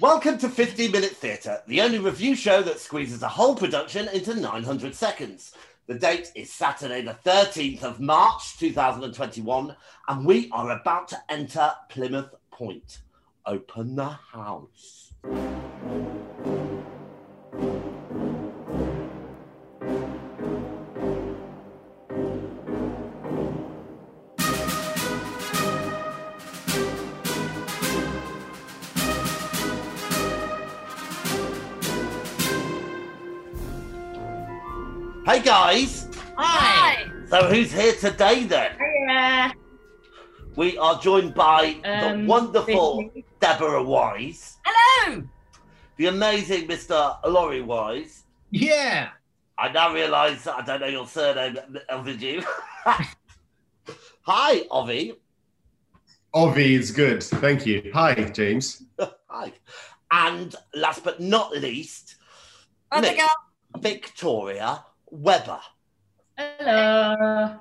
Welcome to 15 Minute Theatre, the only review show that squeezes a whole production into 900 seconds. The date is Saturday, the 13th of March 2021, and we are about to enter Plymouth Point. Open the house. Hey guys! Hi. So, who's here today then? Hiya. We are joined by the Um, wonderful Vicky. Deborah Wise, Hello. the amazing Mr. Laurie Wise. Yeah. I now realise that I don't know your surname, Ovidu. Hi, Ovi. Ovi is good. Thank you. Hi, James. Hi. And last but not least, Other Nick. girl. Victoria Weber. Hello.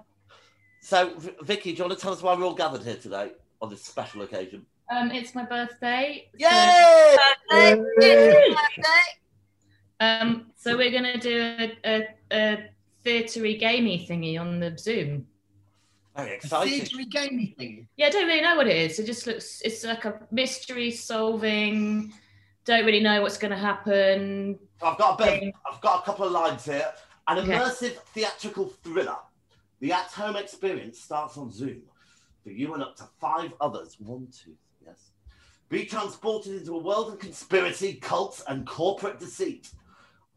So, V- Vicky, do you want to tell us why we're all gathered here today on this special occasion? Um, it's my birthday. so- Yay! Birthday. It's my birthday. um, so we're gonna do a, a, a theatery gamey thingy on the Zoom. Very exciting. Theatre gaming thing. Yeah, I don't really know what it is. It just looks. It's like a mystery solving. Don't really know what's gonna happen. I've got a bit of- I've got a couple of lines here. An Okay. immersive theatrical thriller. The at-home experience starts on Zoom for you and up to five others. One, two, yes. Be transported into a world of conspiracy, cults, and corporate deceit.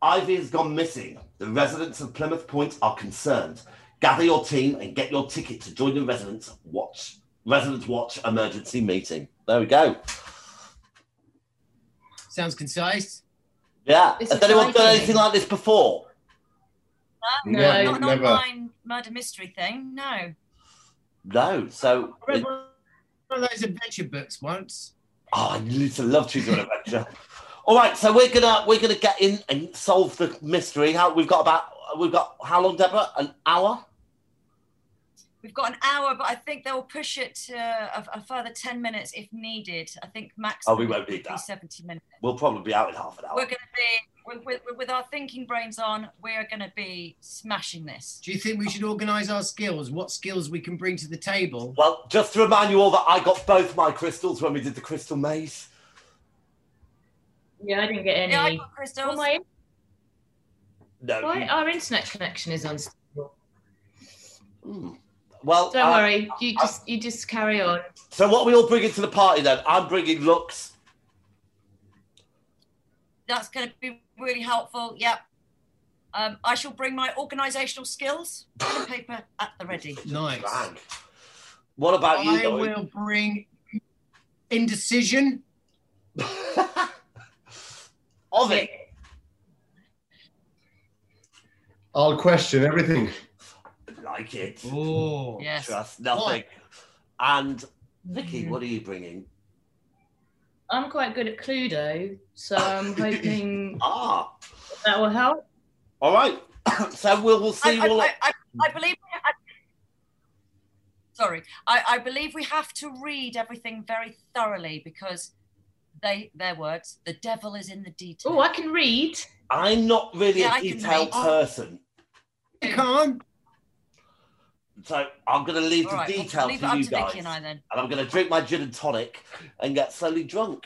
Ivy has gone missing. The residents of Plymouth Point are concerned. Gather your team and get your ticket to join the residents watch residents watch emergency meeting. There we go. Sounds concise. Yeah. It's Has anyone done exciting. anything like this before? No, Not an never. online murder mystery thing. No. No. So I read one of those adventure books once. Oh, I used to love choosing an adventure. All right, so we're gonna we're gonna get in and solve the mystery. How we've got about we've got how long, Deborah? An hour? We've got an hour, but I think they'll push it to a, a further 10 minutes if needed. I think max. Oh, we won't need that. 70 minutes. We'll probably be out in half an We're hour. going to be, with, with, with our thinking brains on, we're going to be smashing this. Do you think we should organise our skills? What skills we can bring to the table? Well, just to remind you all that I got both my crystals when we did the crystal maze. yeah, I didn't get any. Yeah, I got crystals. Oh, my, No. why you- our internet connection is on. Hmm. Well, Don't uh, worry. You just you just carry on. so what are we all bringing to the party then? I'm bringing looks. That's going to be really helpful. Yep. Um, I shall bring my organisational skills, pen and paper at the ready. Nice. Bang. What about you? I Laurie? will bring indecision. Of it. I'll question everything. Like it. Oh. Yes. Trust nothing. And Vicky, what are you bringing? Mm. I'm quite good at Cluedo, so I'm hoping Ah. that will help. All right. so we'll, we'll I, see. I, we'll, I, I, I believe. I, sorry, I, I believe we have to read everything very thoroughly because they their words. The devil is in the detail. Oh, I can read. I'm not really Yeah, a I can detailed read. person. Come on. So I'm going to leave All right, the well, detail leave it to up you to guys. Vicky and I then. and I'm going to drink my gin and tonic and get slowly drunk.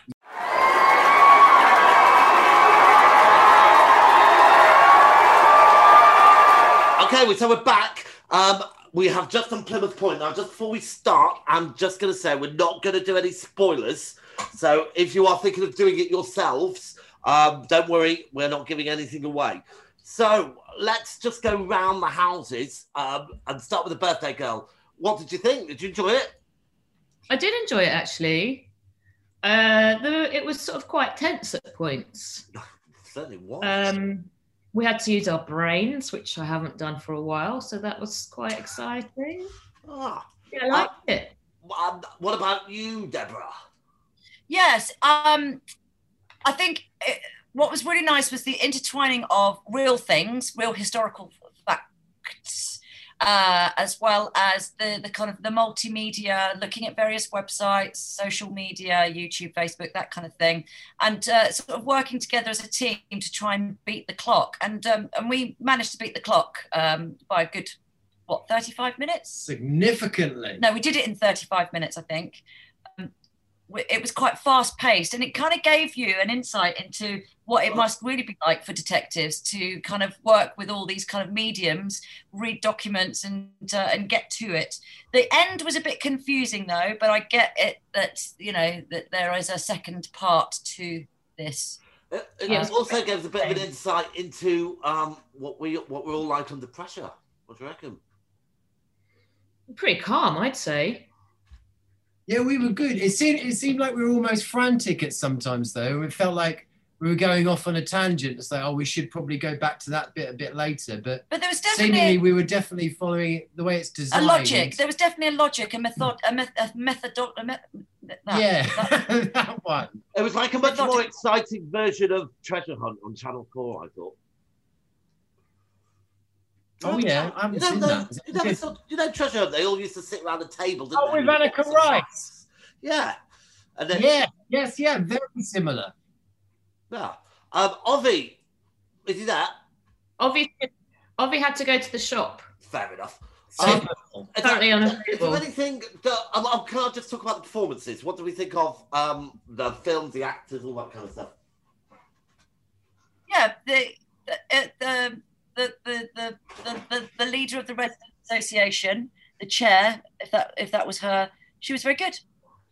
Okay, we- so we're back. Um, we have just done Plymouth Point. Now, just before we start, I'm just going to say we're not going to do any spoilers. So if you are thinking of doing it yourselves, um, don't worry, we're not giving anything away. So let's just go round the houses um, and start with the birthday girl. What did you think? Did you enjoy it? I did enjoy it actually. Uh, the, it was sort of quite tense at points. Certainly was. Um, we had to use our brains, which I haven't done for a while, so that was quite exciting. ah, Yeah, I liked it. um, what about you, Deborah? Yes. Um, I think it, what was really nice was the intertwining of real things, real historical facts, uh, as well as the, the kind of the multimedia, looking at various websites, social media, YouTube, Facebook, that kind of thing, and uh, sort of working together as a team to try and beat the clock. And um, and we managed to beat the clock um, by a good what 35 minutes. Significantly. No, we did it in 35 minutes, I think. Um, w- it was quite fast paced, and it kind of gave you an insight into what it must really be like for detectives to kind of work with all these kind of mediums, read documents, and uh, and get to it. The end was a bit confusing though, but I get it that you know that there is a second part to this. It, it Yes. Uh, also gives a bit of an insight into um, what we what we're all like under pressure. What do you reckon? Pretty calm, I'd say. Yeah, we were good. It seemed it seemed like we were almost frantic at sometimes though. It felt like we were going off on a tangent. It's like, oh, we should probably go back to that bit a bit later. But But there was seemingly definitely we were definitely following it the way it's a designed. logic. There was definitely a logic, a method, a, meth- a method. A me- that- yeah, that- that one. It was like a much Not- more exciting version of Treasure Hunt on Channel Four. I thought. Oh yeah, I haven't You know, seen the- that. Is you that know, good? it's not- you know Treasure Hunt, they all used to sit around a table, didn't Oh, they? with Annika Rice. Yeah. And then, Yeah, yes, yeah, very similar. yeah. Um, Ovi, is he that? Obviously, Ovi had to go to the shop. Fair enough. Similar. Is that- Apparently Is there unavailable. anything that um, um, can I just talk about the performances? What do we think of um, the films, the actors, all that kind of stuff? yeah, the the uh, the the the, the, the, the, the leader of the resident association, the chair, if that if that was her, she was very good.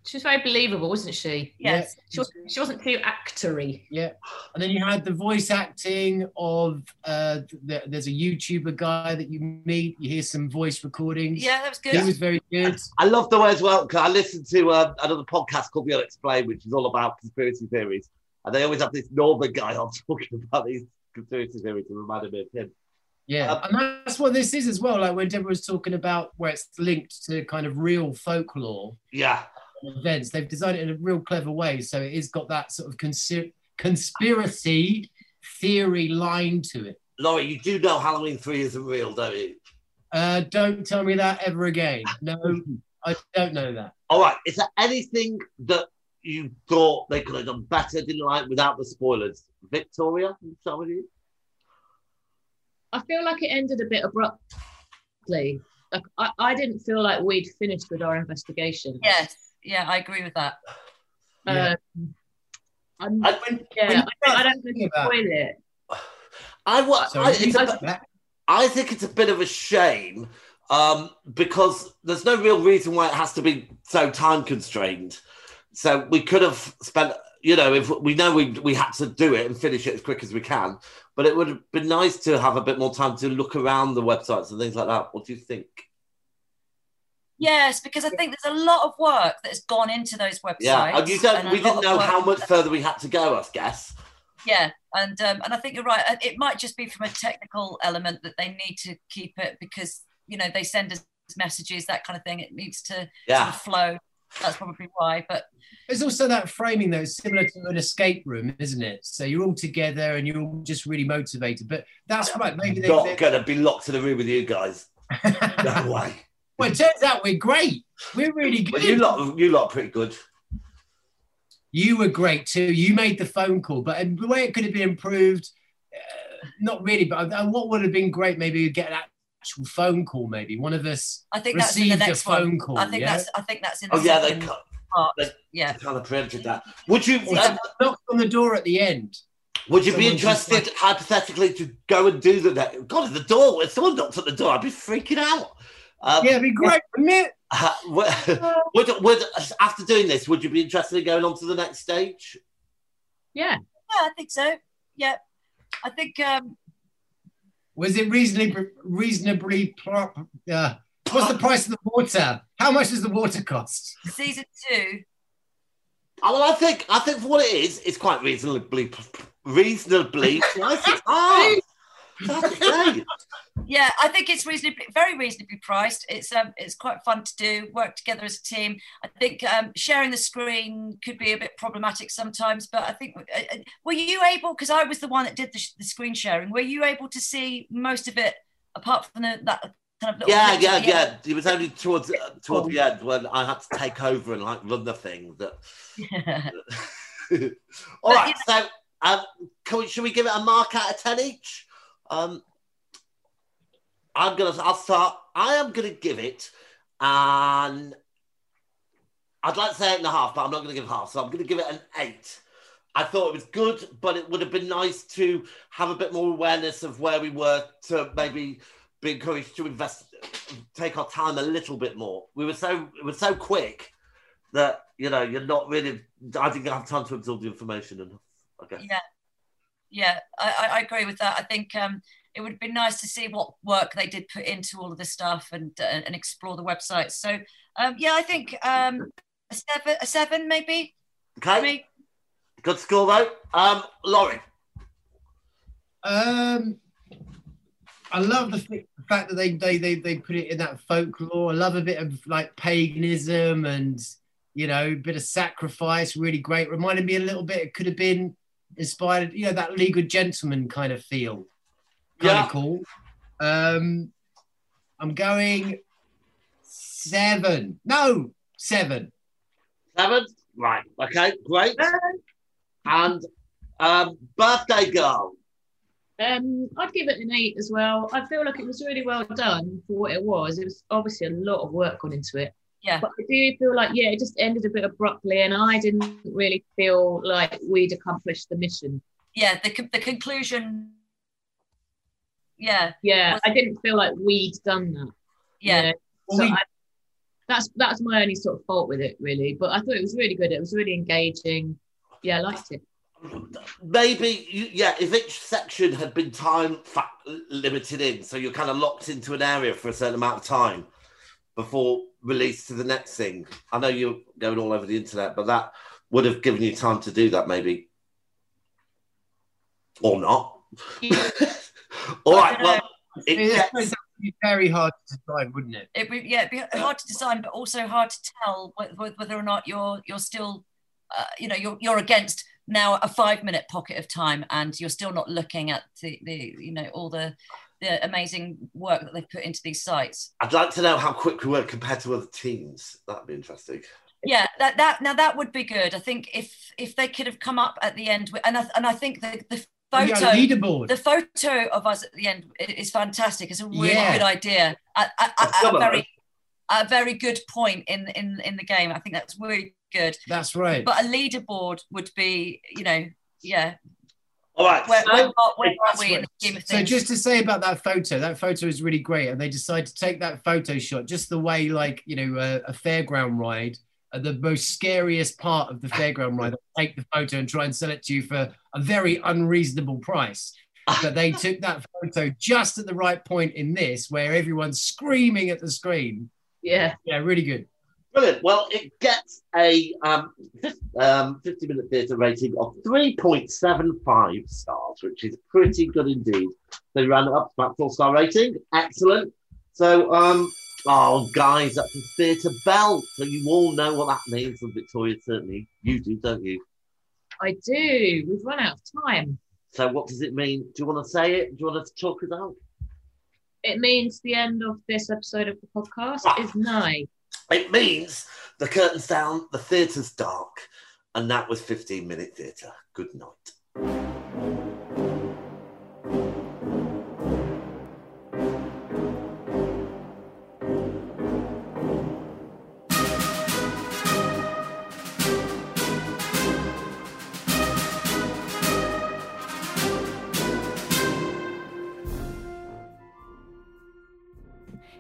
She was very believable, wasn't she? Yeah. Yes. She wasn't, she wasn't too actory. And then you had the voice acting of uh, the, there's a YouTuber guy that you meet. You hear some voice recordings. Yeah, that was good. he was very good. I love the way as well 'cause I listened to um, another podcast called The Unexplained, which is all about conspiracy theories, and they always have this northern guy on talking about these conspiracy theories and reminded me of him. Yeah, Uh, and that's what this is as well. Like when Deborah was talking about where it's linked to kind of real folklore Yeah, events, they've designed it in a real clever way. So it has got that sort of consi- conspiracy theory line to it. Laurie, you do know Halloween Three isn't real, don't you? Uh, don't tell me that ever again. No, I don't know that. All right, is there anything that you thought they could have done better, didn't like, without the spoilers? Victoria, some of you? I feel like it ended a bit abruptly. Like I, I didn't feel like we'd finished with our investigation. Yes. Yeah, I agree with that. Yeah. Um, I'm- I, when yeah, you I, start I don't think thinking it's about- spoil it. I, wa- So I, it's a, I- I think it's a bit of a shame um, because there's no real reason why it has to be so time constrained. So we could have spent, you know, if we know we we had to do it and finish it as quick as we can, but it would have been nice to have a bit more time to look around the websites and things like that. What do you think? Yes, because I think there's a lot of work that has gone into those websites. Yeah, and you don't, and a we lot didn't of know work- how much further we had to go. I guess. Yeah, and um, and I think you're right. Uh, It might just be from a technical element that they need to keep it because you know they send us messages that kind of thing. It needs to sort Yeah, of flow. That's probably why. But There's also that framing though, it's similar to an escape room, isn't it? So you're all together and you're all just really motivated. But that's right. Maybe they, not they- going to be locked in a room with you guys. No way. well, it turns out we're great. We're really good. Well, you lot, you lot, are pretty good. You were great too. You made the phone call, but and the way it could have been improved, uh, not really. But and what would have been great, maybe we'd get an actual phone call. Maybe one of us I think that's in the received a next one. phone call. I think Oh, yeah? that's I think that's in the Oh yeah, they second ca- part. they- yeah. kind of preempted that. Would you? Yeah. knocked on the door at the end. Would you be Someone just interested, hypothetically, to go and do the next? God, at the door. If someone knocked at the door, I'd be freaking out. Um, Yeah, it'd be great, wouldn't it? uh, w- would, would after doing this, would you be interested in going on to the next stage? Yeah, Yeah, I think so. Yeah. I think um Was it reasonably reasonably? Pro- uh, what's the price of the water? How much does the water cost? season two. Oh, well, I think I think for what it is, it's quite reasonably reasonably pricey. Ah, that's great. Yeah, I think it's reasonably very reasonably priced. It's um it's quite fun to do, work together as a team. I think um sharing the screen could be a bit problematic sometimes, but I think uh, uh, were you able because I was the one that did the, sh- the screen sharing. Were you able to see most of it apart from the, that kind of little Yeah, clips yeah, at the end. yeah. It was only towards uh, towards Oh. the end when I had to take over and like run the thing. That all But, right. So, um, can we, should we give it a mark out of ten each? Um, I'm gonna. I'll start. I am gonna give it an. I'd like to say eight and a half, but I'm not gonna give half. So I'm gonna give it an eight. I thought it was good, but it would have been nice to have a bit more awareness of where we were to maybe be encouraged to invest, take our time a little bit more. We were so it was so quick that you know you're not really. I didn't have time to absorb the information enough. Okay. yeah yeah I, I- I agree with that i think um it would be nice to see what work they did put into all of this stuff and uh, and explore the website so um yeah i think um a seven a seven maybe Okay. for me Good score though. Um, Laurie. Um, I love the f- fact that they, they they they put it in that folklore. I love a bit of like paganism and you know a bit of sacrifice. Really great. Reminded me a little bit. It could have been inspired. You know that League of Gentlemen kind of feel. Kind Yeah. of cool. Um, I'm going seven. No, seven. Seven. Right. Okay. Great. And um, birthday girl. Um, I'd give it an eight as well. I feel like it was really well done for what it was. It was obviously a lot of work gone into it. Yeah. But I do feel like, yeah, it just ended a bit abruptly, and I didn't really feel like we'd accomplished the mission. yeah the, con- the conclusion yeah Yeah, I didn't feel like we'd done that. yeah you know? Well, So we- I, that's that's my only sort of fault with it, really. But I thought it was really good. It was really engaging. Yeah, I liked it. Maybe you, yeah. If each section had been time fa- limited in, so you're kind of locked into an area for a certain amount of time before release to the next thing. I know you're going all over the internet, but that would have given you time to do that, maybe, or not. all right. Well, it It gets- would be very hard to decide, wouldn't it? it would yeah it'd be hard to design but also hard to tell wh- wh- whether or not you're you're still uh, you know you're, you're against now a five minute pocket of time and you're still not looking at the, the you know all the the amazing work that they've put into these sites I'd like to know how quick we were compared to other teams. That'd be interesting. yeah that that now that would be good i think if if they could have come up at the end with, and I, and i think the the Yeah, photo leaderboard. the photo of us at the end i- is fantastic. It's a really Yeah. good idea. A, a- a- Of a some of very, a very good point in in in the game. I think that's really good. That's right. But a leaderboard would be, you know, yeah. All right. Where, so- where, are, where are That's we in the right. scheme of So things? just to say about that photo, that photo is really great, and they decide to take that photo shot just the way, like you know, a, a fairground ride, at the most scariest part of the fairground ride. They take the photo and try and sell it to you for a very unreasonable price. But they took that photo just at the right point in this, where everyone's screaming at the screen. Yeah, Yeah, really good. Brilliant. Well, it gets a um, fif- um, 50 minute theatre rating of 3.75 stars, which is pretty good indeed. They ran it up to about four star rating. Excellent. So, um, oh, guys, that's a theatre bell. So, you all know what that means from Victoria, certainly. You do, don't you? I do. We've run out of time. So, what does it mean? Do you want to say it? Do you want to talk it out? It means the end of this episode of the podcast is nigh. It means the curtain's down, the theatre's dark, and that was 15 minute theatre. Good night.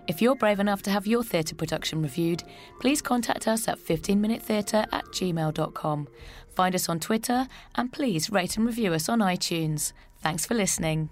If you're brave enough to have your theatre production reviewed, please contact us at 15minutetheatre at gmail.com. Find us on Twitter and please rate and review us on iTunes. Thanks for listening.